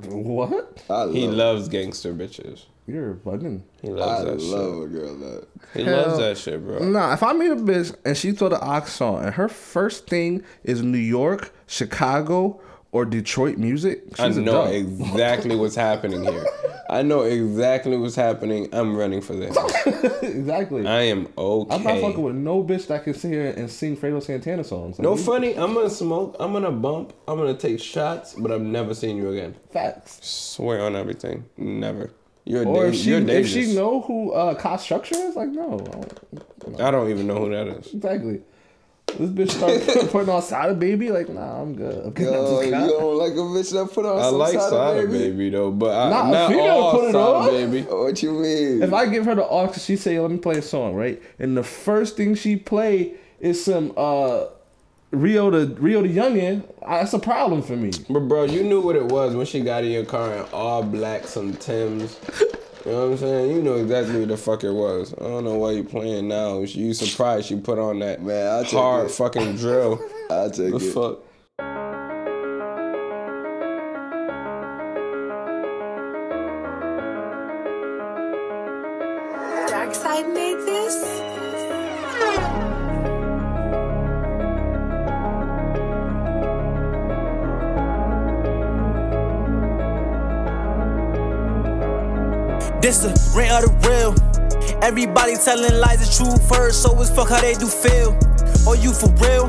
What? I love, He loves gangster bitches. You're bugging. He I loves that love a girl that. shit. He Hell. loves that shit, bro. Nah, if I meet a bitch and she throw the ox on, and her first thing is New York, Chicago, or Detroit music, I she's a know dog. exactly what's happening here. I know exactly what's happening. I'm running for this. exactly. I am okay. I'm not fucking with no bitch that can sit here and sing Fredo Santana songs. Like, no you- funny. I'm gonna smoke. I'm gonna bump. I'm gonna take shots, but I'm never seeing you again. facts. Swear on everything. Never. You're, Or dang- if she you're if dangerous. she know who uh, cost structure is, like no, I don't- I don't even know who that is. exactly. This bitch start putting on Sada baby, like nah, I'm good. I'm good. Yo, I'm oh, you good. don't like a bitch that put on I some like side Sada baby? baby. though, but I, Nah, not, a female all put it Sada on? baby. What you mean? If I give her the aux, she say, "Let me play a song," right? And the first thing she play is some uh Rio the Rio the Youngin. I- That's a problem for me. But bro, you knew what it was when she got in your car in all black, some Tims. You know what I'm saying? You know exactly what the fuck it was. I don't know why you playing now. You surprised she put on that Man, I'll take hard it. fucking drill. I'll take the it. fuck? Dark side made this? This the rent of the real. Everybody telling lies is true first, so it's fuck how they do feel. Or you for real?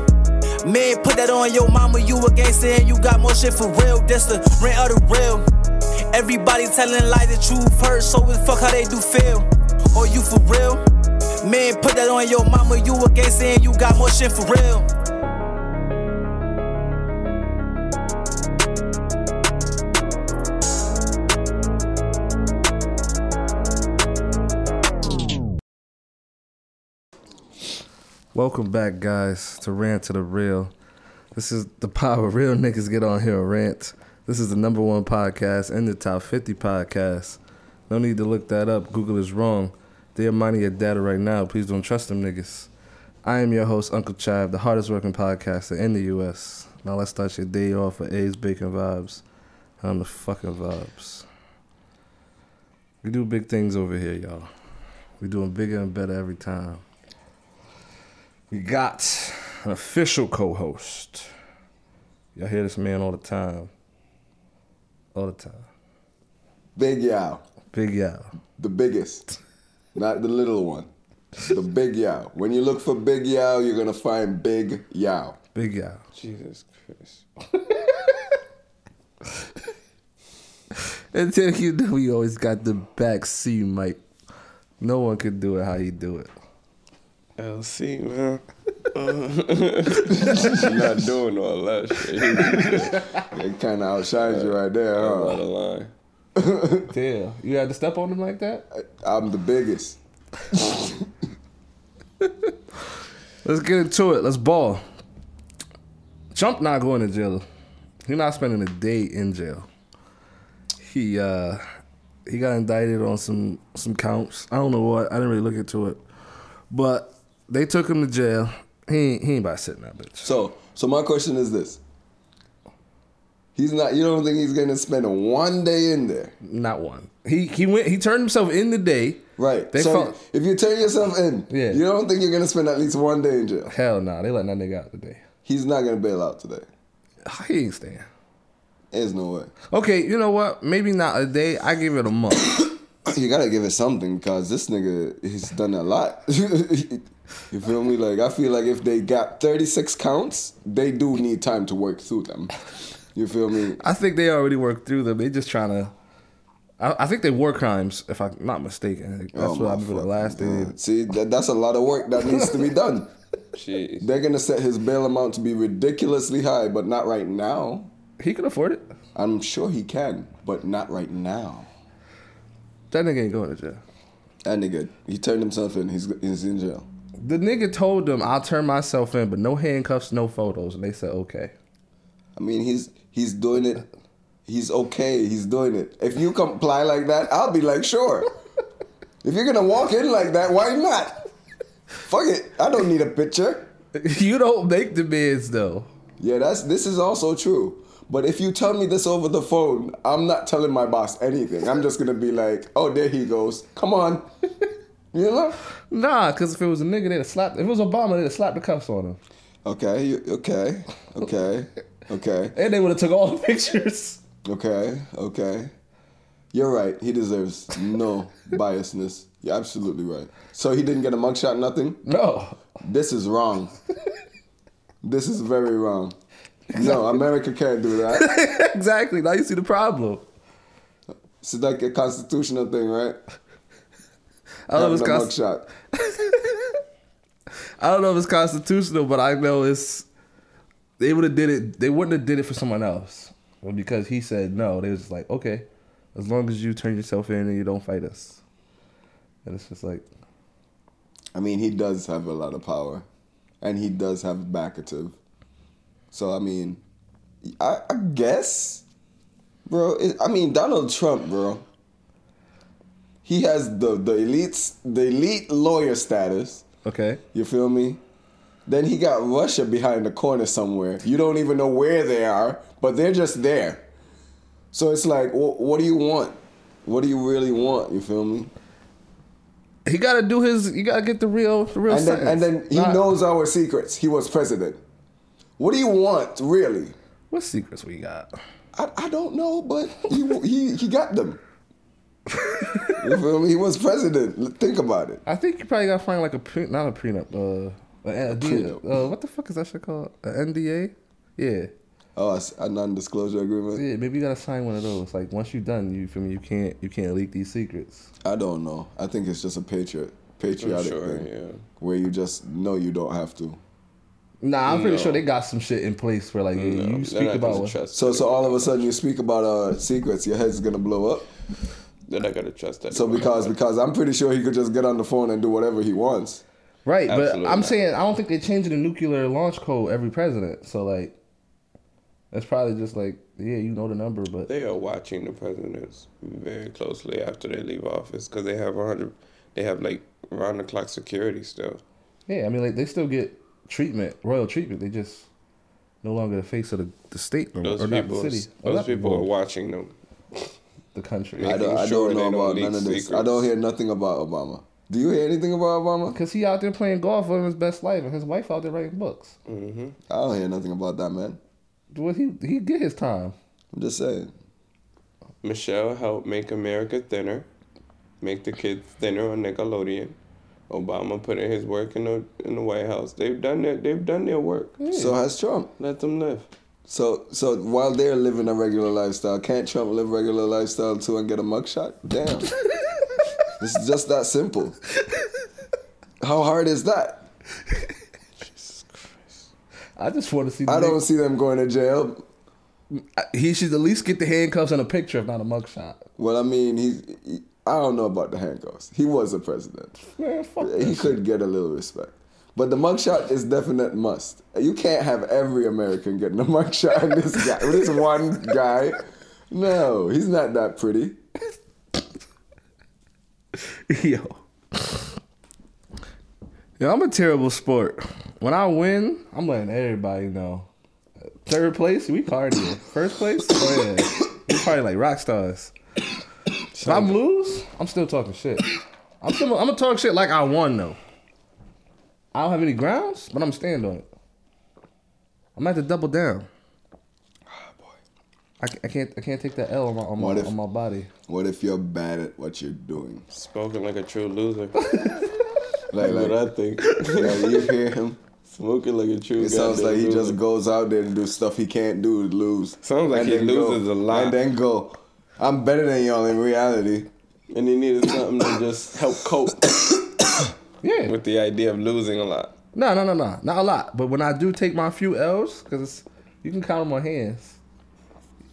Man, put that on your mama, you a gangster and you got more shit for real. This the rent of the real. Everybody telling lies is true first, so it's fuck how they do feel. Or you for real? Man, put that on your mama, you a gangster and you got more shit for real. Welcome back, guys, to Rant to the Real. This is the power where real niggas get on here and rant. This is the number one podcast and the top 50 podcast. No need to look that up. Google is wrong. They are mining your data right now. Please don't trust them niggas. I am your host, Uncle Chive, the hardest working podcaster in the U.S. Now let's start your day off with A's Bacon Vibes. I'm the fucking vibes. We do big things over here, y'all. we doing bigger and better every time. We got an official co-host. Y'all hear this man all the time. All the time. Big Yow. Big Yao. The biggest. Not the little one. The Big Yow. When you look for Big Yow, you're going to find Big Yow. Big Yao. Jesus Christ. And then you know he always got the backseat mic. No one could do it how he do it. LC, man. I'm not doing all that shit. He's It kind of outshines you right there, out huh? of line. Damn. You had to step on him like that? I'm the biggest. Let's get into it. Let's ball. Trump not going to jail. He not spending a day in jail. He uh he got indicted on some some counts. I don't know what. I didn't really look into it, but they took him to jail. He ain't, he ain't about sitting that bitch. So, so my question is this. He's not, you don't think he's going to spend one day in there? Not one. He he went. He turned himself in the day. Right. They so felt- if you turn yourself in, Yeah. you don't think you're going to spend at least one day in jail. Hell nah. They letting that nigga out today. He's not going to bail out today. He ain't staying. There's no way. Okay, you know what? Maybe not a day. I give it a month. you gotta give it something because this nigga he's done a lot. you feel me? Like I feel like if they got thirty six counts, they do need time to work through them. You feel me? I think they already worked through them. They just trying to. I, I think they war crimes, if I'm not mistaken. That's Oh, what I my remember the fucking last day. God. See, that, that's a lot of work that needs to be done. Jeez. They're gonna set his bail amount to be ridiculously high, but not right now. He could afford it. I'm sure he can, but not right now. That nigga ain't going to jail. That nigga, he turned himself in. He's he's in jail. The nigga told them, "I'll turn myself in, but no handcuffs, no photos," and they said, "Okay." I mean, he's he's doing it. He's okay. He's doing it. If you comply like that, I'll be like, sure. if you're gonna walk in like that, why not? Fuck it. I don't need a picture. you don't make the bids though. Yeah, that's this is also true. But if you tell me this over the phone, I'm not telling my boss anything. I'm just gonna be like, oh, there he goes. Come on. you know? Nah, because if it was a nigga, they'd have slapped. If it was Obama, they'd have slapped the cuffs on him, Okay, you, okay, okay, okay, and they would have took all the pictures. okay, okay. You're right. He deserves no biasness. You're absolutely right. So he didn't get a mugshot, nothing? No, This is wrong. this is very wrong. No, America can't do that. exactly. Now you see the problem. It's like a constitutional thing, right? I don't, know if Having it's a const- mugshot. I don't know if it's constitutional, but I know it's. They would have did it. They wouldn't have did it for someone else, well, because he said no. They was just like, okay, as long as you turn yourself in and you don't fight us, and it's just like, I mean, he does have a lot of power, and he does have backative. So I mean, I, I guess, bro. It, I mean, Donald Trump, bro. He has the the elite the elite lawyer status. okay, You feel me? Then he got Russia behind the corner somewhere. You don't even know where they are, but they're just there. So it's like, wh- what do you want? What do you really want? You feel me? he got to do his. You got to get the real, the real. and then, and sentence. then he Not- knows our secrets. He was president. What do you want, really? what secrets we got. I, I don't know, but he, he he got them. you feel me? He was president. Think about it. I think you probably got to find like a pre, not a prenup, uh, a, a deal. Uh, what the fuck is that shit called? An NDA? Yeah. Oh, it's a non-disclosure agreement. Yeah, maybe you gotta sign one of those. Like once you're done, you feel me? You can't you can't leak these secrets. I don't know. I think it's just a patriot I'm patriotic sure, thing yeah. where you just know you don't have to. Nah, I'm pretty No. sure they got some shit in place where like No, you they're speak not about gonna what. trust So so all of a sudden you speak about our secrets, your head's gonna blow up. They're not gonna trust that. So because because I'm pretty sure he could just get on the phone and do whatever he wants. Right, Absolutely but I'm not. saying I don't think they change the nuclear launch code every president. So like, that's probably just like yeah, you know the number, but they are watching the presidents very closely after they leave office because they have a hundred, they have like round the clock security still. yeah, I mean like they still get treatment, royal treatment. They just no longer the face of the, the state no more, Those or not people, the city. or those not the people are world, watching them. the country. I don't, I sure don't they know don't about leak none of this. I secrets. don't hear nothing about Obama. Do you hear anything about Obama? Cause he out there playing golf living his best life, and his wife out there writing books. I don't hear nothing about that man. Well, he he get his time. I'm just saying. Michelle helped make America thinner, make the kids thinner on Nickelodeon. Obama put in his work in the in the White House. They've done their they've done their work. So has Trump. Let them live. So so while they're living a regular lifestyle, can't Trump live regular lifestyle too and get a mugshot? Damn. it's just that simple. How hard is that? I just want to see. The I don't nigga- see them going to jail. He should at least get the handcuffs and a picture, if not a mugshot. Well, I mean, he's. He, I don't know about the handcuffs. He was a president. Man, fuck He that. could get a little respect. But the mugshot is definite must. You can't have every American getting a mugshot in this guy, this one guy. No, he's not that pretty. Yo. Yo, I'm a terrible sport. When I win, I'm letting everybody know. Third place, we partying. First place, oh yeah, we party like rock stars. If I lose, I'm still talking shit. I'm still, I'm gonna talk shit like I won though. I don't have any grounds, but I'm stand on it. I'm gonna have to double down. I, ca- I can't I can't take that L on my on my, Ah, What if- on my body. What if you're bad at what you're doing? Spoken like a true loser. Like, That's like, what I think. like, you hear him? Smoking like a true. It sounds goddamn like he loser. just goes out there and do stuff he can't do to lose. Sounds like And he then go. loses a lot. And then go. I'm better than y'all in reality. and he needed something to just help cope Yeah. with the idea of losing a lot. No, no, no, no, not a lot. But when I do take my few L's, because you can count on my hands.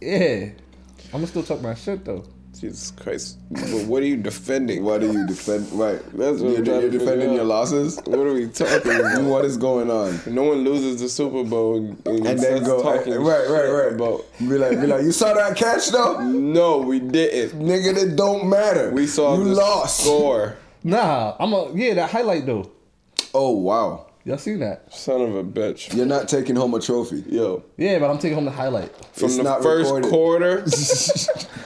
Yeah, I'm gonna still talk my shit though. Jesus Christ! But what are you defending? What are you defend? Right, That's what you're, you're I'm trying to figure defending out. your losses. What are we talking about? what is going on? No one loses the Super Bowl and, and, and then starts go eh, talking right, right, shit right. about. Be like, be like, you saw that catch though, No, we didn't. nigga. It don't matter. We saw you the lost. score. Nah, I'm a yeah that highlight though. Oh wow, Y'all seen that? Son of a bitch. You're not taking home a trophy. Yo, Yeah, but I'm taking home the highlight. from It's the not first recorded. quarter,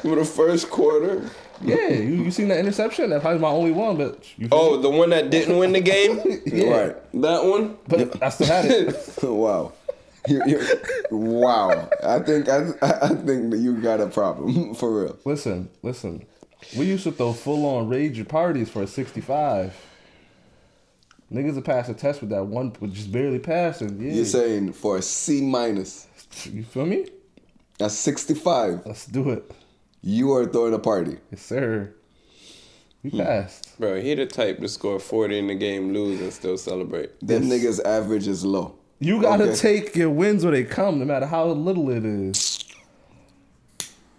from the first quarter. Yeah, you, you seen that interception? That probably my only one, but you, Oh, the one that didn't win the game. yeah, Right. That one. But I still had it. wow. You- you- wow. I think I, I think that you got a problem for real. listen, listen. We used to throw full on rage at parties for a 65. Niggas would pass a test with that one, with just barely passing. Yeah, You're saying for a C minus, you feel me? a 65, Let's do it, you are throwing a party. yes sir. We passed. Bro, he the type to score 40 in the game, lose, and still celebrate. Them niggas average is low. You gotta Okay. take your wins where they come, no matter how little it is.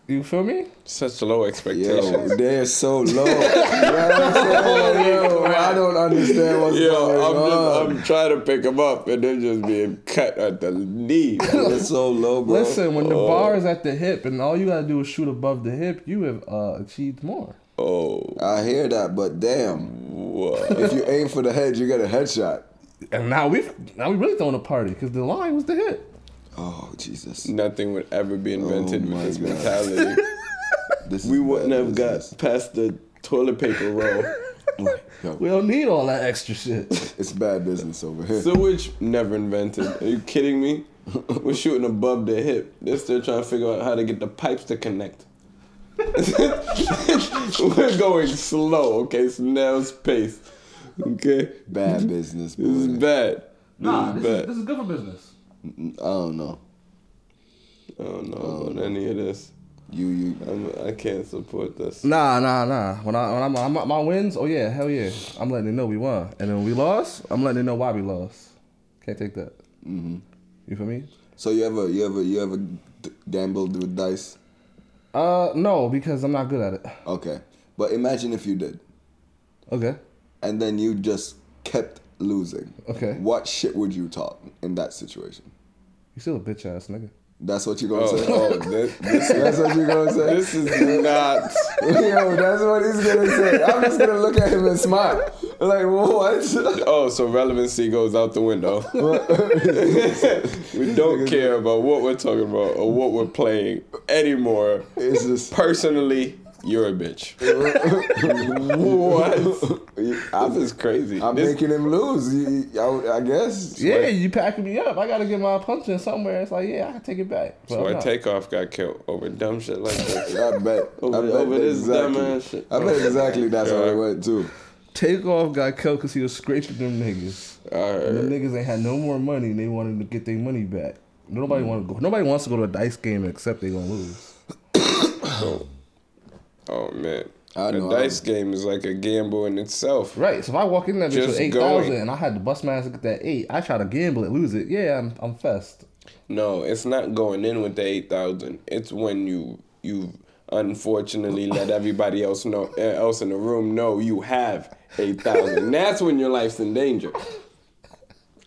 You feel me? Such low Yo, expectations. they're so low. You know what I'm saying? Yo, I don't understand what's going Yo, I'm, on. just, I'm trying to pick him up, and they're just being cut at the knee. They're so low, bro. Listen, when the bar is at the hip and all you gotta do is shoot above the hip, you have uh, achieved more. Oh, I hear that, but damn, what? if you aim for the head, you get a headshot. And now we now we really throwing a party because the line was the hit. Oh Jesus, Nothing would ever be invented my with this God. mentality. this is we bad wouldn't have business. got past the toilet paper roll. Yo, We don't need all that extra shit. it's bad business over here. Sewage never invented. Are you kidding me? We're shooting above the hip. They're still trying to figure out how to get the pipes to connect. We're going slow, okay? Snail's pace. Okay? bad business, boy. This is bad. This is bad. is good for business. I don't know. I don't know about any of this. You, you. I'm, I can't support this. Nah, nah, nah. When I when I'm, I'm at my wins, oh yeah, hell yeah. I'm letting them know we won. And then when we lost, I'm letting them know why we lost. Can't take that. Mm-hmm. You feel me? So you ever, you ever, you ever d- gambled with dice? Uh, no, because I'm not good at it. Okay, but imagine if you did, Okay. and then you just kept losing. Okay. What shit would you talk in that situation? You still a bitch ass nigga. That's what you're gonna Oh, say. oh this, this, That's what you're gonna say. this is not. Yo, that's what he's gonna say. I'm just gonna look at him and smile. Like, what? Oh, so relevancy goes out the window. we don't care about what we're talking about or what we're playing anymore. It's just. Personally, you're a bitch. what? I'm, This is crazy. I'm This- making him lose. You- you- I, I guess. Yeah, you packing me up. I gotta get my punch in somewhere. It's like, yeah, I can take it back. But that's I'm why not. Takeoff got killed over dumb shit like this. I bet. I Over- bet over this exactly, dumbass shit. I bet exactly that's how it Yeah. went too. Takeoff got killed because he was scraping them niggas. All right. And them niggas ain't had no more money and they wanted to get their money back. Nobody Hmm. want to go. Nobody wants to go to a dice game except they gonna lose. Oh man. I the know, dice game is like a gamble in itself. Right. So if I walk in that bitch with Just eight thousand going. and I had to bust my ass to get that eight, I try to gamble it, lose it. Yeah, I'm I'm fessed. No, it's not going in with the eight thousand. It's when you you unfortunately let everybody else know eh, else in the room know you have eight thousand. That's when your life's in danger.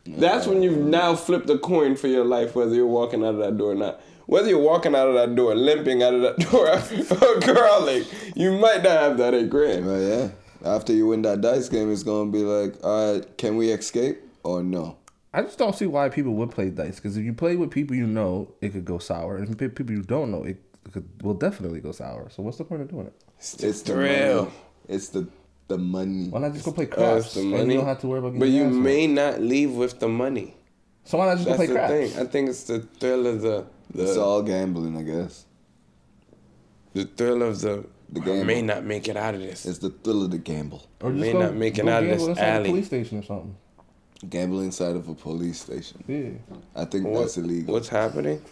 That's when you've now flipped a coin for your life, whether you're walking out of that door or not. Whether you're walking out of that door, limping out of that door, or crawling, you might not have that eight grand. But yeah, after you win that dice game, it's gonna be like, all right, can we escape or no? I just don't see why people would play dice because if you play with people you know, it could go sour, and if you play with people you don't know, it could, will definitely go sour. So what's the point of doing it? It's the thrill. money. It's the the money. Why not just go play Oh, craps? it's the and money. You don't have to worry about getting but your you ass whooped. may not leave with the money. So why not just go That's play the craps? thing. I think it's the thrill of the, the It's all gambling, I guess. the thrill of the, The I gamble. may not make it out of this. It's the thrill of the gamble. Or just May go, not make it go out of gamble this inside the alley. police station or something. Gamble inside of a police station. Yeah. I think What- that's illegal. What's happening?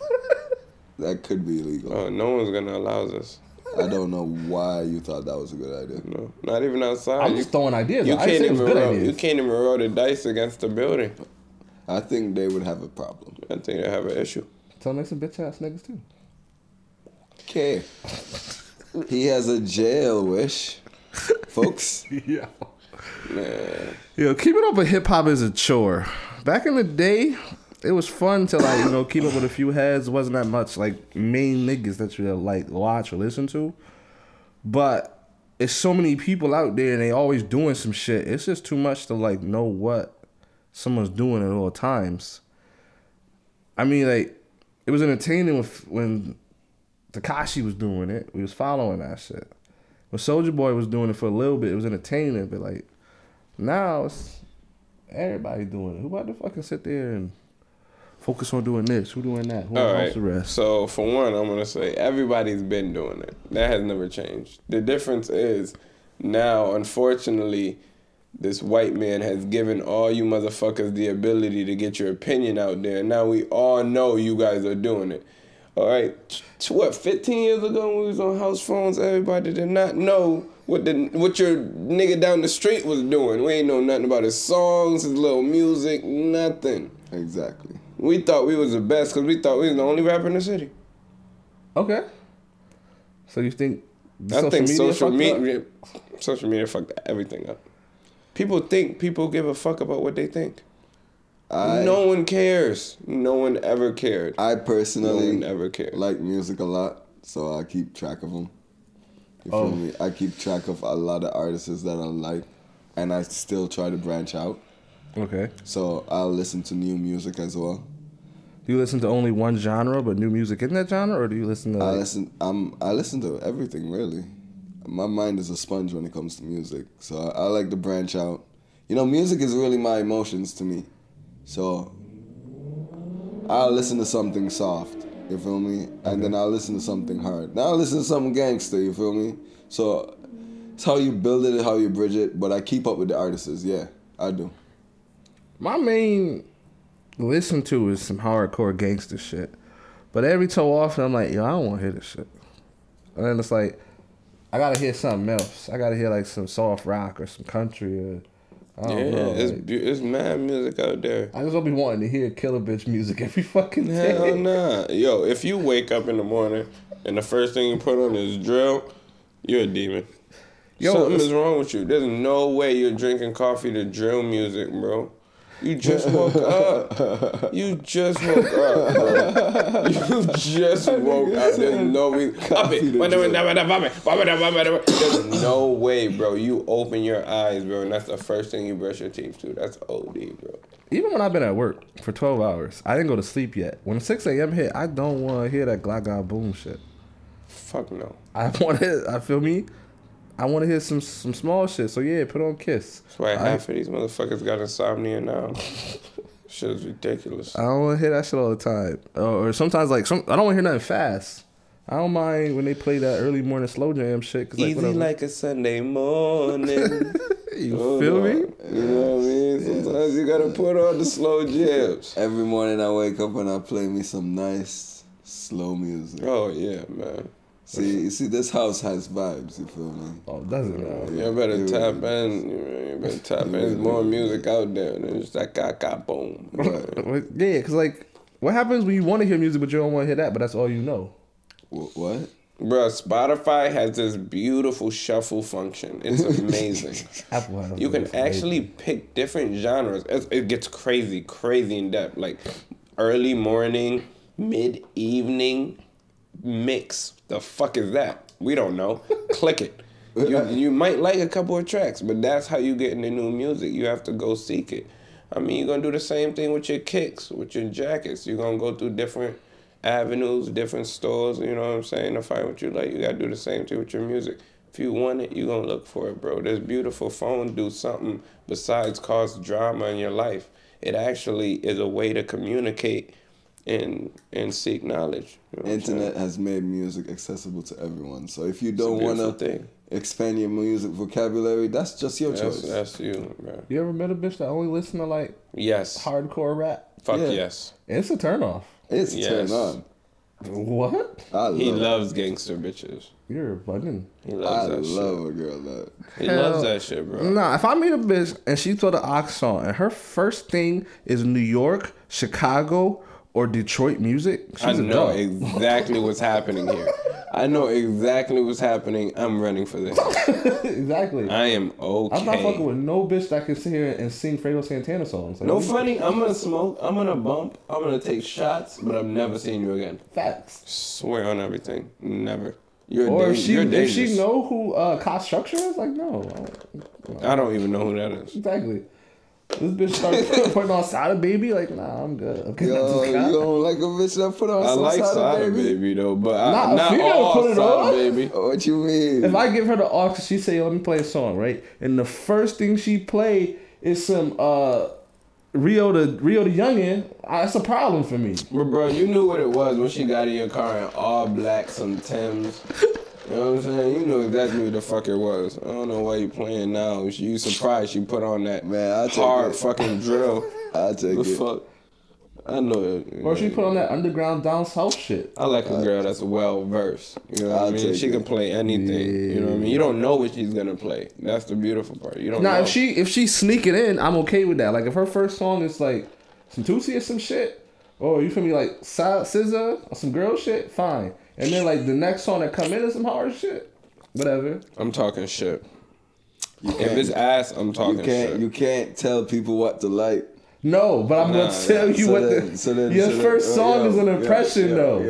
That could be illegal. Oh, no one's gonna allow this. I don't know why you thought that was a good idea. No, not even outside. I'm just throwing ideas. you I didn't can't say it even was good roll, ideas. you can't even roll the dice against the building. I think they would have a problem. I think they have an issue. Tell them they some bitch ass niggas too. Okay. He has a jail wish, folks. Yeah. Man, Yo, keeping up with hip hop is a chore. Back in the day, it was fun to like, you know, keep up with a few heads. It wasn't that much like main niggas that you like watch or listen to. But it's so many people out there and they always doing some shit. It's just too much to like know what someone's doing at all times. I mean, like it was entertaining with, when Takashi was doing it. We was following that shit. When Soldier Boy was doing it for a little bit, it was entertaining. But like now, it's everybody doing it. Who about to fucking sit there and focus on doing this? Who doing that? Who All on right. house arrest? So for one, I'm gonna say everybody's been doing it. That has never changed. The difference is now, unfortunately, this white man has given all you motherfuckers the ability to get your opinion out there. Now we all know you guys are doing it. All right, t- t- what? 15 years ago when we was on house phones, everybody did not know what the what your nigga down the street was doing. We ain't know nothing about his songs, his little music, nothing. Exactly. We thought we was the best because we thought we was the only rapper in the city. Okay. So you think the I think social fucked up? media, social media fucked everything up. People think people give a fuck about what they think. I no one cares. No one ever cared. I no personally one ever cared. like music a lot, so I keep track of them. You feel Oh. me? I keep track of a lot of artists that I like, and I still try to branch out. Okay. So I'll listen to new music as well. Do you listen to only one genre, but new music in that genre, or do you listen to? I Uh, like- listen. I'm. I listen to everything really. My mind is a sponge when it comes to music, so I, I like to branch out. You know, music is really my emotions to me. So I'll listen to something soft. You feel me? And then I'll listen to something hard. Now I'll listen to some gangster. You feel me? So it's how you build it, how you bridge it. But I keep up with the artists. Yeah, I do. my main listen to is some hardcore gangster shit, but every so often I'm like, yo, I don't want to hear this shit, and then it's like, I gotta hear something else. I gotta hear like some soft rock or some country or. I yeah, don't know, it's like- bu- it's mad music out there. I just don't be wanting to hear killer bitch music every fucking day. Hell nah, yo! If you wake up in the morning and the first thing you put on is drill, you're a demon. Yo, Something it's- is wrong with you. There's no way you're drinking coffee to drill music, bro. You just woke up. You just woke up, bro. You just woke up. There's no reason. Up it. There's no way, bro. You open your eyes, bro, and that's the first thing you brush your teeth to. That's OD, bro. Even when I've been at work for 12 hours, I didn't go to sleep yet. When 6 a.m. hit, I don't want to hear that glaga boom shit. Fuck no. I want to. I feel me. I want to hear some some small shit. So yeah, put on Kiss. That's why I, half of these motherfuckers got insomnia now. Shit is ridiculous. I don't want to hear that shit all the time. Uh, Or, or sometimes like some. I don't want to hear nothing fast. I don't mind when they play that early morning slow jam shit. Cause like, Easy whatever. like oh, a Sunday morning. you Hold feel on. me? You know what I mean? Sometimes you gotta put on the slow jams. Every morning I wake up and I play me some nice slow music. Oh yeah, man. See, you see, this house has vibes. You feel me? Oh, doesn't matter. You better Yeah. tap in. You better tap in. There's more music out there. There's that ka ka boom. Right. Like, Yeah, cause like, what happens when you want to hear music but you don't want to hear that? But that's all you know. Wh- What? Bro, Spotify has this beautiful shuffle function. It's amazing. Apple has you it. can It's amazing. actually pick different genres. It, it gets crazy, crazy in depth. Like early morning, mid evening mix. The fuck is that? We don't know. Click it. You, you might like a couple of tracks, but that's how you get into new music. You have to go seek it. I mean, you're gonna do the same thing with your kicks, with your jackets. You're gonna go through different avenues, different stores. You know what I'm saying? To find what you like, you gotta do the same thing with your music. If you want it, you're gonna look for it, bro. This beautiful phone do something besides cause drama in your life. It actually is a way to communicate and and seek knowledge. You know what I'm saying? Internet has made music accessible to everyone. So if you a don't want beautiful to thing. expand your music vocabulary, that's just your That's, choice. that's you, bro. You ever met a bitch that only listen to like Yes. hardcore rap? Fuck Yeah. yes. It's a turnoff. it's a turn Yes. on. What? I love. He loves gangster bitches. You're abundant. He I loves that love a girl that. shit. He Hell. Mm, loves that shit, bro. Nah, if I meet a bitch and she throw the ox on, and her first thing is New York, Chicago, or Detroit music, I she's a know dog. exactly what's happening here. I know exactly what's happening. I'm running for this. exactly. I am okay. I'm not fucking with no bitch that can sit here and sing Fredo Santana songs. Like, No funny. I'm gonna smoke. I'm gonna bump. I'm gonna take shots, but I'm never seeing you again. facts. Swear on everything. Never. You're Or dang- if she you're if dangerous. she know who uh, cost structure is, like no, I don't- I don't even know who that is. exactly. This bitch started putting on Sada Baby. Like, nah, I'm good. I'm getting out Yo, this you guy. don't like a bitch that put on I some like side Sada baby? baby. though, but Nah, I, a not female all put it Sada on. baby. What you mean? If I give her the aux, she say, "Let me play a song," right? And the first thing she play is some uh Rio the Rio the Youngin. I- That's a problem for me. But bro, you knew what it was when she got in your car in all black, some Tims. You know what I'm saying? You knew exactly what the fuck it was. I don't know why you playing now. You surprised she put on that Man, I'll take hard it. fucking drill. I'll take the it. fuck? I know it. Or she put on that underground down south shit. I like a girl that's well versed. You know what I I'll mean? take She it. can play anything. You know what I mean? You don't know what she's gonna play. That's the beautiful part. You don't Now know. if she if she sneak it in, I'm okay with that. Like if her first song is like some Tootsie or some shit, or you feel me like Si- SZA or some girl shit, fine. And then like the next song that come in is some hard shit, whatever. I'm talking shit. If it's ass, I'm talking you shit. can't you can't tell people what to like. No, but I'm Nah, gonna tell nah. you So what then- the, so then- your so then- first oh, song yo, is an yo, impression yo, though.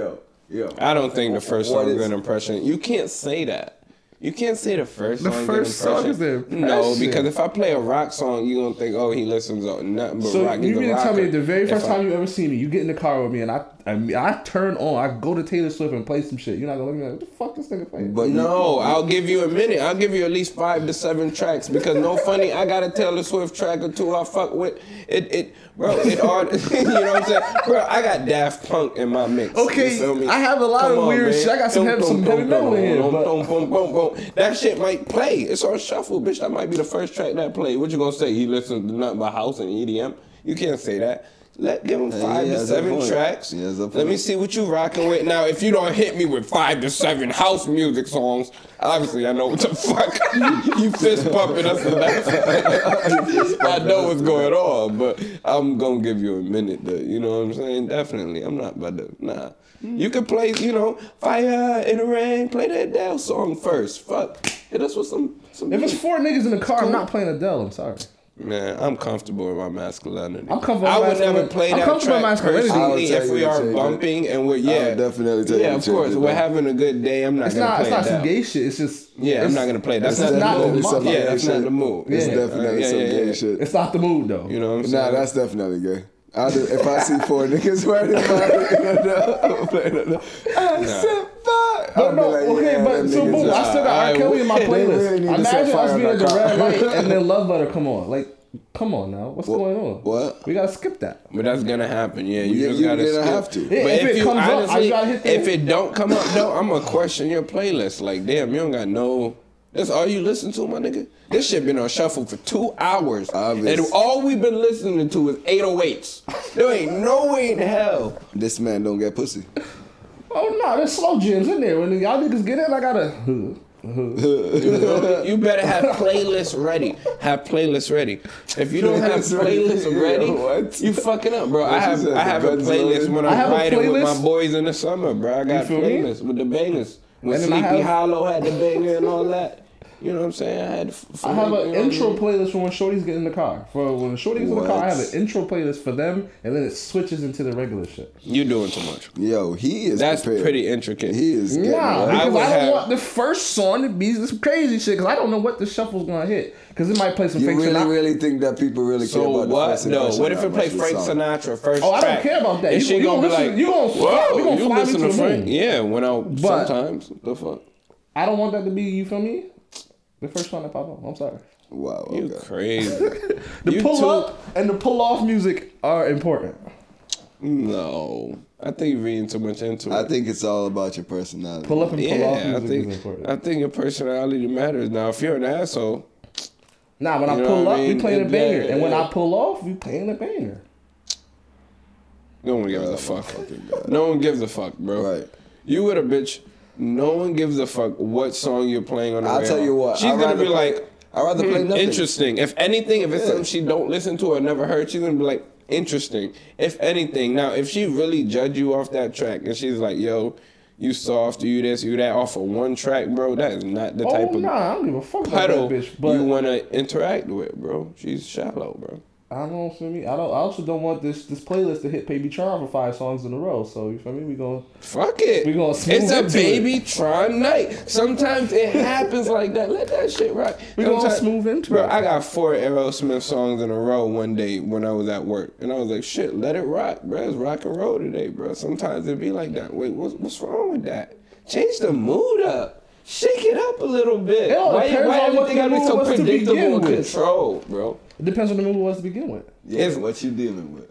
Yo, yo. I don't think the first What song is is- an impression. You can't say that. You can't say the first The song. first is an song is an impression. No, impression. because if I play a rock song, you gonna think, oh, he listens to nothing but So rock. He's you a mean to tell rocker. me the very If first I- time you ever see me, you get in the car with me and I I, mean, I turn on, I go to Taylor Swift and play some shit. You're not gonna look at me like, what the fuck this nigga playing? But No, I'll give you a minute. I'll give you at least five to seven tracks because no funny, I got a Taylor Swift track or two I fuck with. It, it, bro, it all, you know what I'm saying? Bro, I got Daft Punk in my mix. you Okay, feel me? I have a lot of weird shit. I got some heavy- some heavy metal in here, but- Boom, boom, boom, boom. That shit might play. It's on shuffle, bitch. That might be the first track that play. What you gonna say? He listens to nothing but house and EDM. You can't say that. Let give him Hey, five he to has a seven point. tracks. He has a Let me point. see what you rocking with now. If you don't hit me with five to seven house music songs, obviously I know what the fuck you fist pumping us. to that. I know what's going on, but I'm gonna give you a minute. To, you know what I'm saying? Definitely, I'm not about to. Nah, you can play. You know, fire in the rain. Play that Adele song first. Fuck, hit us with some. some if it's four niggas in the car, I'm not playing Adele. I'm sorry. Man, I'm comfortable with my masculinity. I'm comfortable with I would masculinity. never play I'm that comfortable with track masculinity. personally I would if tell we you to are change it. bumping and we're yeah. definitely tell you Yeah, to of change course. it, We're though. having a good day. I'm not It's gonna not. play It's not that. some gay shit. It's just. Yeah, I'm it's- not gonna play. That's, it's not definitely the some move. gay Yeah, that's not shit. the move. It's Yeah. definitely Yeah, some yeah, gay yeah. shit. It's not the mood though. You know what I'm saying? Nah, that's definitely gay. I do, if I see four niggas wearing it, I'm playing it. I said, fuck. But I'll be no, like, okay, yeah, but them so niggas boom, I are- still got R. I- Kelly in my they playlist. really need to set Imagine us fire being at in the that red car. light and then Love Letter come on. Like, come on now, what's going on? what? We gotta skip that. But that's gonna happen. Yeah, you Yeah, just you gotta. gonna skip. have to. But Yeah, if, if it you comes up, I honestly, gotta hit the- if it don't come up, though, I'm gonna question your playlist. Like, damn, you don't got no. That's all you listen to, my nigga. This shit been on shuffle for two hours, Obvious. and all we've been listening to is 808s. There ain't no way in hell. This man don't get pussy. Oh no, there's slow jams in there. When y'all niggas get in, I gotta. You better have playlists ready. Have playlists ready. If you don't have Playlists ready. playlists ready, Yo, what? you fucking up, bro. I What you have said, I the have a guns playlist loaded? when I have I'm a riding with my playlist? boys in the summer, bro. I got feel me? playlists with the bangers. When And then I Sleepy have- Hollow had the banger and all that. You know what I'm saying? I had. to f- I have you know an what I mean? intro playlist for when shorties get in the car. For when shorties in the car, I have an What? intro playlist for them, and then it switches into the regular shit. You're doing too much. Yo, he is. That's prepared. pretty intricate. He is. getting Nah, right. I because would I, don't have- want the first song to be this crazy shit. Because I don't know what the shuffle's gonna hit. Because it might play some You fake shit. really, I- really think that people really care So about the what? first No. impression What if that it play much with Frank song? Sinatra first? Oh, I don't track? care about that. And You- she you gonna listen- be like, you gonna fly- "Whoa, we gonna you fly me to listen to the Frank? moon." Yeah, when I But- sometimes what the fuck. I don't want that to be you feel me. The first one that pop up. I'm sorry. Wow. You okay. crazy. The You pull too- up and the pull off music are important. No, I think you're reading too much into it. I think it's all about your personality. Pull up and pull off yeah, I music is think important. I think your personality matters. Now, if you're an asshole, nah, when I you know pull what up, I mean? we playing a It- banger, yeah, and when yeah. I pull off, we playing a banger. no one gives a fuck. No one gives a fuck, bro. Right. You with a bitch. No one gives a fuck what song you're playing on the I'll radio. tell you what. She's I'd gonna rather be play- like, I'd rather play "Hmm, nothing." Interesting. If anything, if it's Yeah. something she don't listen to or never heard, she's gonna be like, interesting. If anything, now if she really judge you off that track and she's like, yo, you soft, you this, you that, off of one track, bro, that is not the type Oh of nah, I don't give a fuck about that puddle bitch. But you want to interact with, bro. She's shallow, bro. I don't know, feel me. I don't. I also don't want this this playlist to hit Baby Tron for five songs in a row. So you feel me? We going Fuck it. We gonna smooth It's a into it. baby Tron night. Sometimes it happens like that. Let that shit rock. We gonna Sometimes- smooth into Bro, it. I got four Aerosmith songs in a row one day when I was at work, and I was like, "Shit, let it rock, bro. It's rock and roll today, bro." Sometimes it be like that. Wait, what's what's wrong with that? Change the mood up. Shake it up a little bit. It all why depends why on what everything the gotta be mood so was to predictable begin and with. controlled, bro? It depends on the mood was to begin with. Yeah, If- what you dealing with?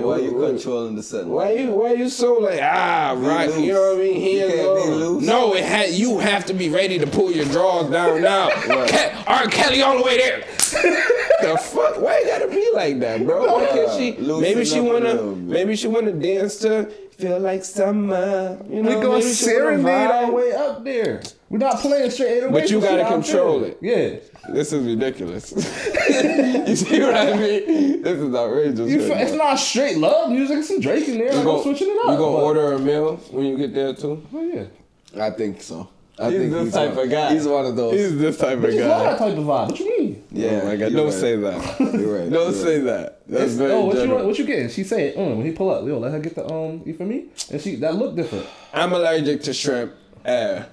why what- you what- controlling the setting? Why you why you so like ah Be right loose. you know what I mean You hands can't be on. loose. no it had you have to be ready to pull your drawers down now Ke- R Kelly all the way there the fuck why you gotta be like that bro why can't she Loosen maybe she up a wanna little bit. maybe she wanna dance to feel like summer you We know going maybe she wanna serenade our vibe. way up there. We're not playing straight. oh But you gotta control it. Yeah. this is ridiculous you see what I mean this is outrageous You right feel, now. it's not straight love music. Some Drake in there. you Like, gonna, I'm switching it you up. gonna but- order a meal when you get there too Oh, yeah. I think so. I He's think this he's type one, of guy. He's one of those. he's this type of It's not guy that type of vibe. What you mean? yeah, oh my you're god! Don't right. say that. You're right. Don't You're say that. That's very oh, what you general. what you getting? She said, mm, when he pull up, yo, let her get the um, you feel me? And she that looked different. I'm allergic to shrimp. Eh.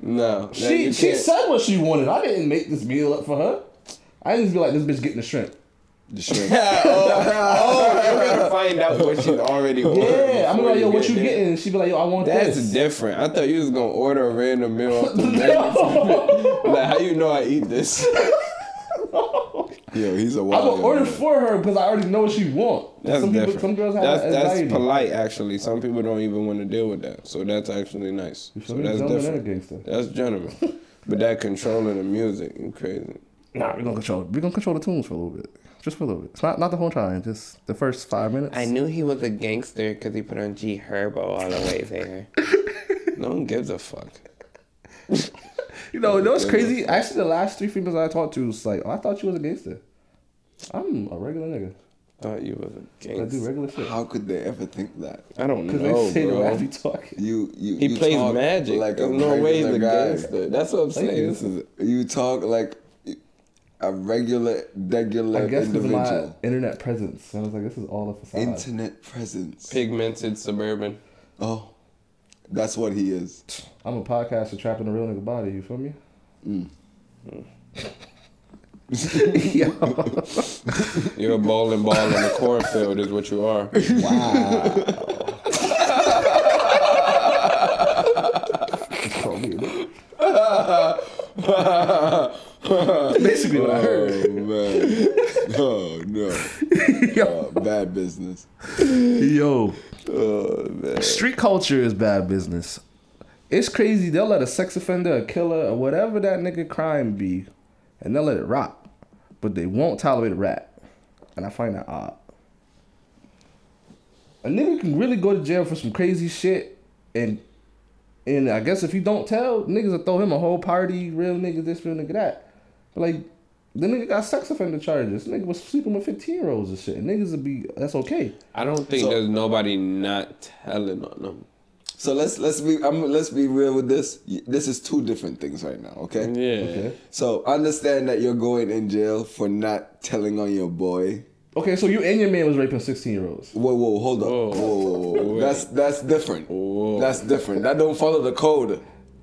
No. that she you she can't. said what she wanted. I didn't make this meal up for her. I didn't just be like this bitch getting the shrimp. The shrimp. oh, you're gonna find out what she's already ordered. Yeah, I'm before like, yo, what get you there. getting? She be like, yo, I want That's this. different. I thought you was gonna order a random meal off the No. menu. like, how you know I eat this? Yo, he's a I'm wild. gonna order man. for her because I already know what she want. That's some people, different. some girls have that's, that that's anxiety. polite, actually. Some people don't even want to deal with that, so that's actually nice. feel So me? that's Gentleman different. and a gangster. That's gentleman. but that controlling the music, you crazy. Nah, we're gonna control. We're gonna control the tunes for a little bit, just for a little bit. It's not not the whole time, just the first five minutes. I knew he was a gangster because he put on G Herbo all the way there. No one gives a fuck. You know, you know what's crazy? Actually, the last three females I talked to was like, oh, I thought you was a gangster. I'm a regular nigga. Thought you was a I do gangster. regular shit. How could they ever think that? I don't Because they know, say the way I bro. be talking. You you He you plays talk magic. like There's a no way he's regular a guy. gangster. That's what I'm Thank saying. you. This is You talk like a regular, regular I guess because of my Uh, individual. internet presence. And I was like, this is all a facade. Internet presence. pigmented suburban. Oh, that's what he is. I'm a podcaster trapping a real nigga body. You feel me? Mm. You're a bowling ball in the cornfield, is what you are. Basically what I Oh heard. man. Oh no. Yo, Uh, bad business. yo. Street culture is bad business. It's crazy. They'll let a sex offender, a killer, or whatever that nigga crime be, and they'll let it rock, but they won't tolerate a rap. And I find that odd. A nigga can really go to jail for some crazy shit, and and I guess if you don't tell, niggas will throw him a whole party. Real nigga, this real nigga, that. But like, the nigga got sex offender charges. Nigga was sleeping with fifteen year olds and shit. And niggas would be that's okay. I don't think So- there's nobody not telling on them. So let's let's be I'm, let's be real with this. Y- This is two different things right now. Okay. Yeah. Okay. So understand that you're going in jail for not telling on your boy. Okay, so you and your man was raping sixteen year olds. Whoa, whoa, hold up. Whoa. Whoa, whoa, whoa, whoa. Wait. That's that's different. Whoa. That's different. That don't follow the code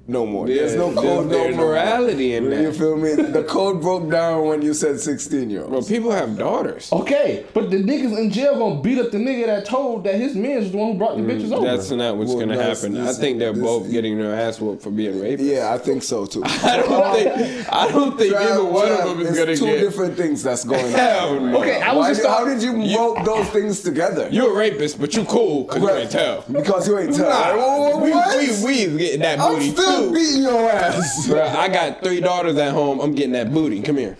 no more. there's no there's- code, there's no more. morality in You that. feel me? The code broke down when you said 16 year old. Bro, people have Oh, daughters. Okay, but the niggas in jail gonna beat up the nigga that told that his man was the one who brought the bitches over. Mm, That's not what's Well, gonna that's- happen. I this- think they're this- both getting their ass whooped for being rapists. Yeah, I think so too. I don't think I don't think either one Trav, of them is it's gonna two get. different things that's going on. Hell no. Okay, I was Why just did- how thought- did you You- rope those things together? You're a rapist, but you cool because you Right. ain't tell. Because you ain't tell. Nah, Whoa, we, what? we, we is getting that I'm booty still too. beating your ass. Bro, I got three daughters at home. I'm getting that booty. Come here.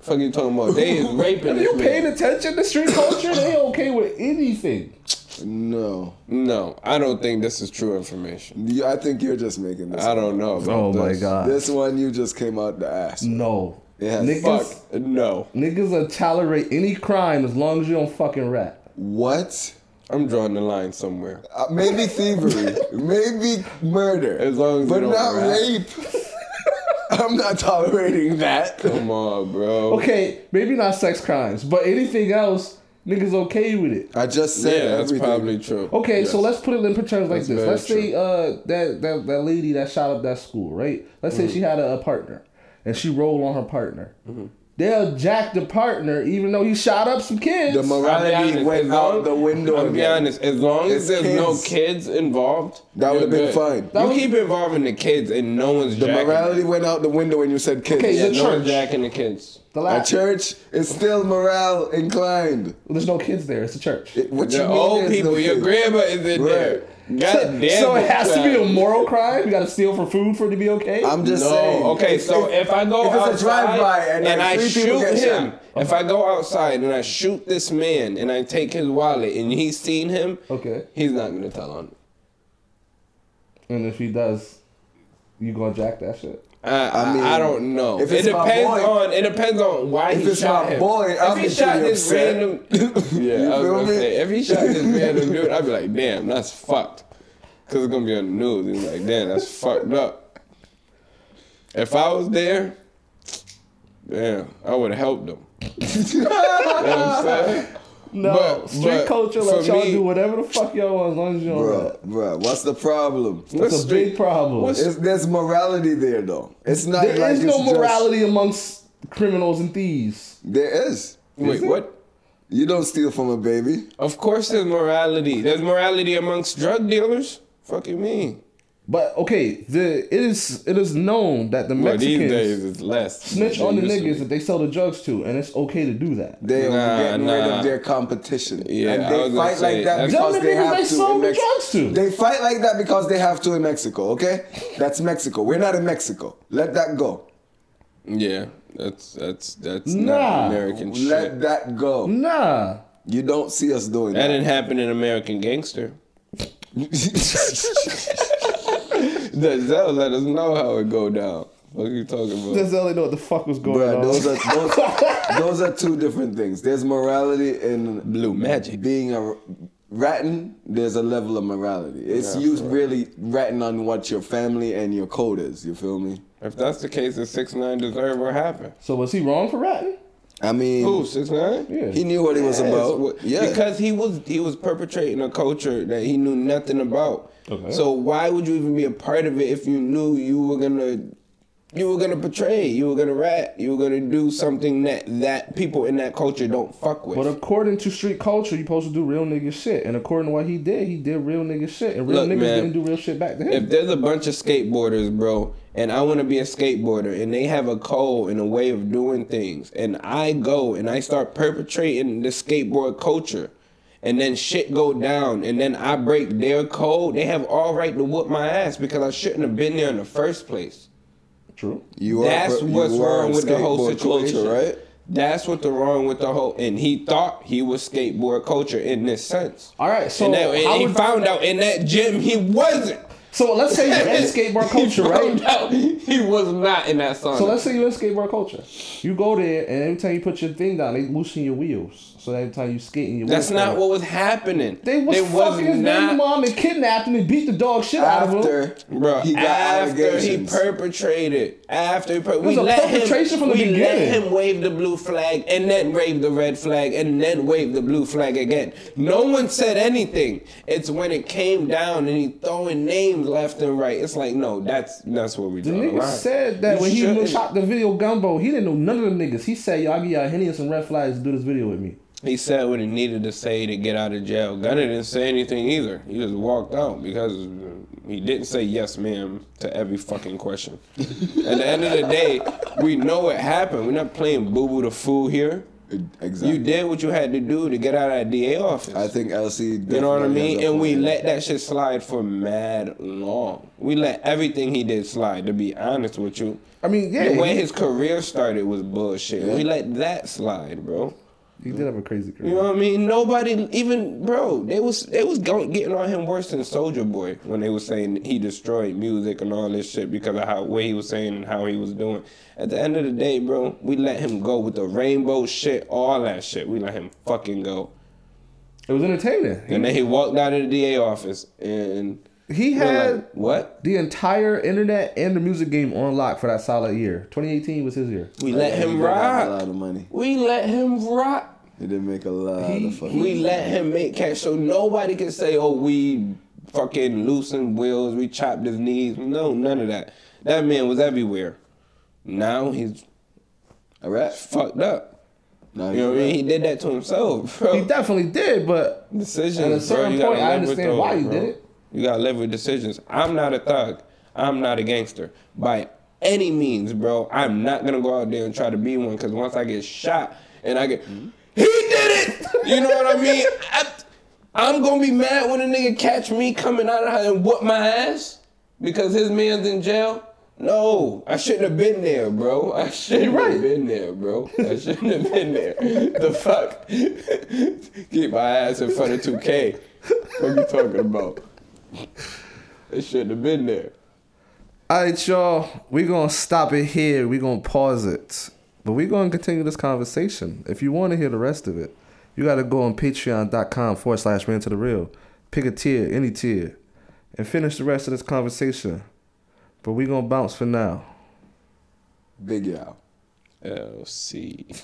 Fuck you talking about? They is raping you this paying man. attention to street culture? They okay with anything. No, No, I don't think this is true information. You- I think you're just making this. I up. don't know. Mm. About Oh my this. God. This one you just came out the ass. No. Yeah, niggas Fuck no. niggas will tolerate any crime as long as you don't fucking rap. What? I'm drawing the line somewhere. Uh, maybe thievery, maybe murder, As long as you but don't not rap. rape. I'm not tolerating that. Come on, bro. Okay, maybe not sex crimes, but anything else, niggas okay with it. I just Yeah, said that's everything. probably true. Okay, so Yes. let's put it in terms like That's this. very Let's say uh, that, that that lady that shot up that school, right? Let's say Mm-hmm. she had a, a partner, and she rolled on her partner. They'll jack the partner, even though he shot up some kids. The morality I'll be honest, went as long- out the window I'll be again. honest. As long as It's there's no kids. kids involved, That you're would've been good. fine. That You was- keep involving the kids, and no one's The jacking morality went out the window when you said kids. Okay, Yeah, The no church. one's jacking the kids. the A last, church is still morale inclined. there's no kids there. It's a church. What you The mean old there's people, no your kids? grandma is in Right. there. God damn so it has to be a son. moral crime. You got to steal for food for it to be okay. I'm just no, saying. okay, If- so if- if I go if outside it's a drive-by and, like, I three people shoot get shot. him, if I go outside and I shoot this man and I take his wallet and he's seen him, Okay. he's not gonna tell on me. and if he does, you gonna jack that shit? I, I, I mean, I don't know. if it it's my depends boy- on it depends on why if he it's shot my him. boy, I'll if be he shot pretty this upset. random, yeah, I was feel gonna me? say if he shot this random dude, I'd be like, damn, that's fucked, because it's gonna be on the news. He's like, damn, that's fucked up. If I was there, damn, I would have helped him. you know what I'm saying? No, But- street but culture lets for y'all me- do whatever the fuck y'all want as long as you don't. Bruh, bruh, what's the problem? That's What's a big street- problem. what's- It's, there's morality there, though. It's not There is like it's no just- morality amongst criminals and thieves. there is. Wait, what? You don't steal from a baby. Of course, there's morality. There's morality amongst drug dealers. Fucking me. But okay, the it is it is known that the Well, these Mexicans days it's less. snitch than on the used to be. niggas that they sell the drugs to, and it's okay to do that. They Nah, are getting rid nah. of their competition. Yeah, I and was they gonna fight say, like that that's- because Them they niggas have they to. sold in the Mex- drugs to. They fight like that because they have to in Mexico. Okay, that's Mexico. We're not in Mexico. Let that go. Yeah, that's that's that's Nah. not American Let shit. That, that go. Nah, You don't see us doing that. didn't happen in American Gangster. Denzel let us know how it go down. What you talking about? that's all they know what the fuck was going Bruh, on. those are those, those are two different things. There's morality in Blue magic. Being a ratting, there's a level of morality. It's you really ratting on what your family and your code is. You feel me? If that's the case, then six nine deserve what happened. so was he wrong for ratting? I mean, Who six nine? Yeah. he knew what he was about. Yeah, Because he was he was perpetrating a culture that he knew nothing about. Okay. So why would you even be a part of it if you knew you were gonna you were gonna portray, you were gonna rat, you were gonna do something that that people in that culture don't fuck with. But according to street culture, you supposed to do real nigga shit. And according to what he did, he did real nigga shit. And real Look, niggas man, didn't do real shit back to him. if there's a bunch of skateboarders, bro, and I want to be a skateboarder, and they have a code and a way of doing things, and I go and I start perpetrating the skateboard culture, and then shit go down, and then I break their code, they have all right to whoop my ass because I shouldn't have been there in the first place. True. you That's you what's are wrong with the whole skateboard situation, right? That's what the wrong with the whole, and he thought he was skateboard culture in this sense. All right, so and, that, and how he would- found out in that gym he wasn't. So let's say you're in skateboard culture, he right? found out he was not in that sauna. So let's say you're in skateboard culture. You go there, and every time you put your thing down, they loosen your wheels. So every time you skate, your That's wheels not come what up. was happening. they was fucking his baby mom and kidnapped him and beat the dog shit out of him. After Bro, he got after he allegations. perpetrated, after he per- we was a let perpetration him, from the we beginning. let him wave the blue flag and then wave the red flag and then wave the blue flag again. No one said anything. It's when it came down and he throwing names left and right. It's like no, that's that's what we The do. nigga said that when he shot the video gumbo, he didn't know none of them niggas. He said, "Yo, I give y'all Henny and some red flags to do this video with me." He said what he needed to say to get out of jail. Gunner didn't say anything either. He just walked out because he didn't say yes, ma'am, to every fucking question. At the end of the day, we know what happened. We're not playing boo boo the fool here. Exactly. You did what you had to do to get out of that DA office. I think LC. You know what I definitely mean? has a And we point. let that shit slide for mad long. We let everything he did slide, to be honest with you. I mean, yeah, The way he, his career started was bullshit. We let that slide, bro. he did have a crazy career. You know what I mean? Nobody even bro, they was they was going, getting on him worse than Soldier Boy when they was saying he destroyed music and all this shit because of how what he was saying and how he was doing. At the end of the day, bro, we let him go with the rainbow shit, all that shit. We let him fucking go. It was entertaining. And then he walked out of the DA office and He We're had like, what? the entire internet and the music game on lock for that solid year. 2018 was his year. We let He him didn't have A rock. lot of money. We let him rock. He didn't make a lot He- of fucking. We let him make cash so nobody can say, oh, we fucking loosened wheels, we chopped his knees. No, none of that. That man was everywhere. Now he's a rap. fucked up. Nah, You know what I mean? He did that to himself, bro. He definitely did, but decisions. At a bro, certain you gotta point, I live with understand why you did it. You gotta live with decisions. I'm not a thug. I'm not a gangster by any means, bro. I'm not gonna go out there and try to be one because once I get shot and I get, Mm-hmm. he did it. You know what I mean? I, I'm gonna be mad when a nigga catch me coming out of the house and whoop my ass because his man's in jail. No, I shouldn't have been there, bro. I shouldn't have been there, bro. I shouldn't have been there. the fuck? Get my ass in front of 2K. What you talking about? I shouldn't have been there. all right, y'all, we're gonna stop it here. We're gonna pause it, but we're gonna continue this conversation. If you want to hear the rest of it, you gotta go on patreon.com forward slash ran to the real, pick a tier, any tier, and finish the rest of this conversation. But we're gonna bounce for now. Big Al. LC.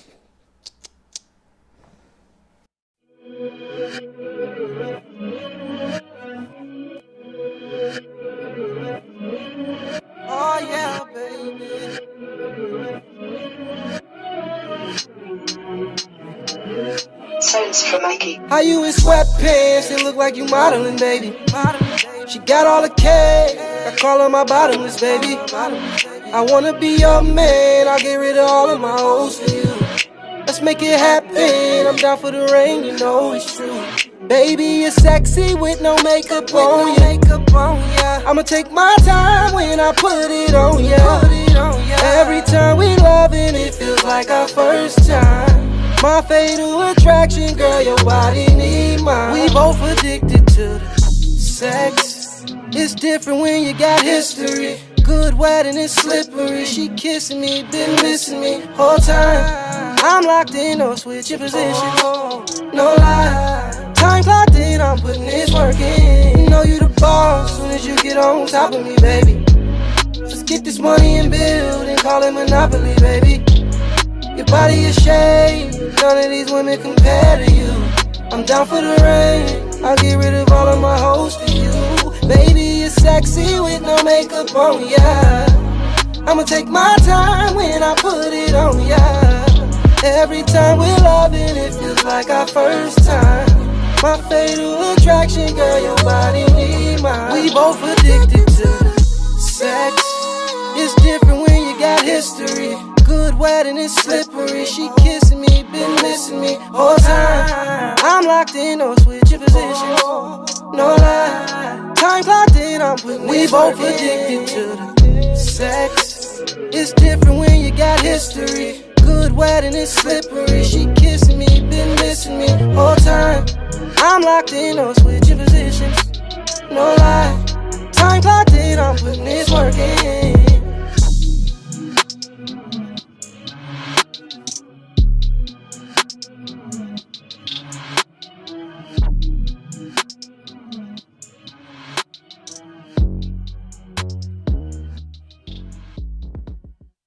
Oh yeah, baby. Sounds from Mikey. How you in sweatpants? It look like you modeling, baby. She got all the cake. I call her my bottomless, baby. I wanna be your man. I'll get rid of all of my hoes for you. Let's make it happen. I'm down for the rain, you know it's true. Baby, you're sexy with no makeup on ya. I'ma take my time when I put it on ya. Every time we lovin', it feels like our first time. My fatal attraction, girl, your body need mine. We both addicted to the sex. It's different when you got history. Good wedding is slippery. She kissing me, been missing me whole time. I'm locked in, no switching position. No lie. Time clocked in, I'm putting this work in. You know you the boss soon as you get on top of me, baby. Just get this money and build and call it Monopoly, baby. Your body is shade. None of these women compare to you. I'm down for the rain. I'll get rid of all of my hoes for you. Baby, you're sexy with no makeup on ya. I'ma take my time when I put it on ya. Every time we're loving, it feels like our first time. My fatal attraction, girl, your body need mine. We both addicted to sex. It's different when you got history. Good wedding is slippery. She kissing me, been missing me all time. I'm locked in, no switching positions. No lie, time clocked in. I'm putting we both addicted to the sex. It's different when you got history. Good wedding is slippery. She kissing me, been missing me all time. I'm locked in, no switching positions. No lie. Time clocked in, I'm putting this work in.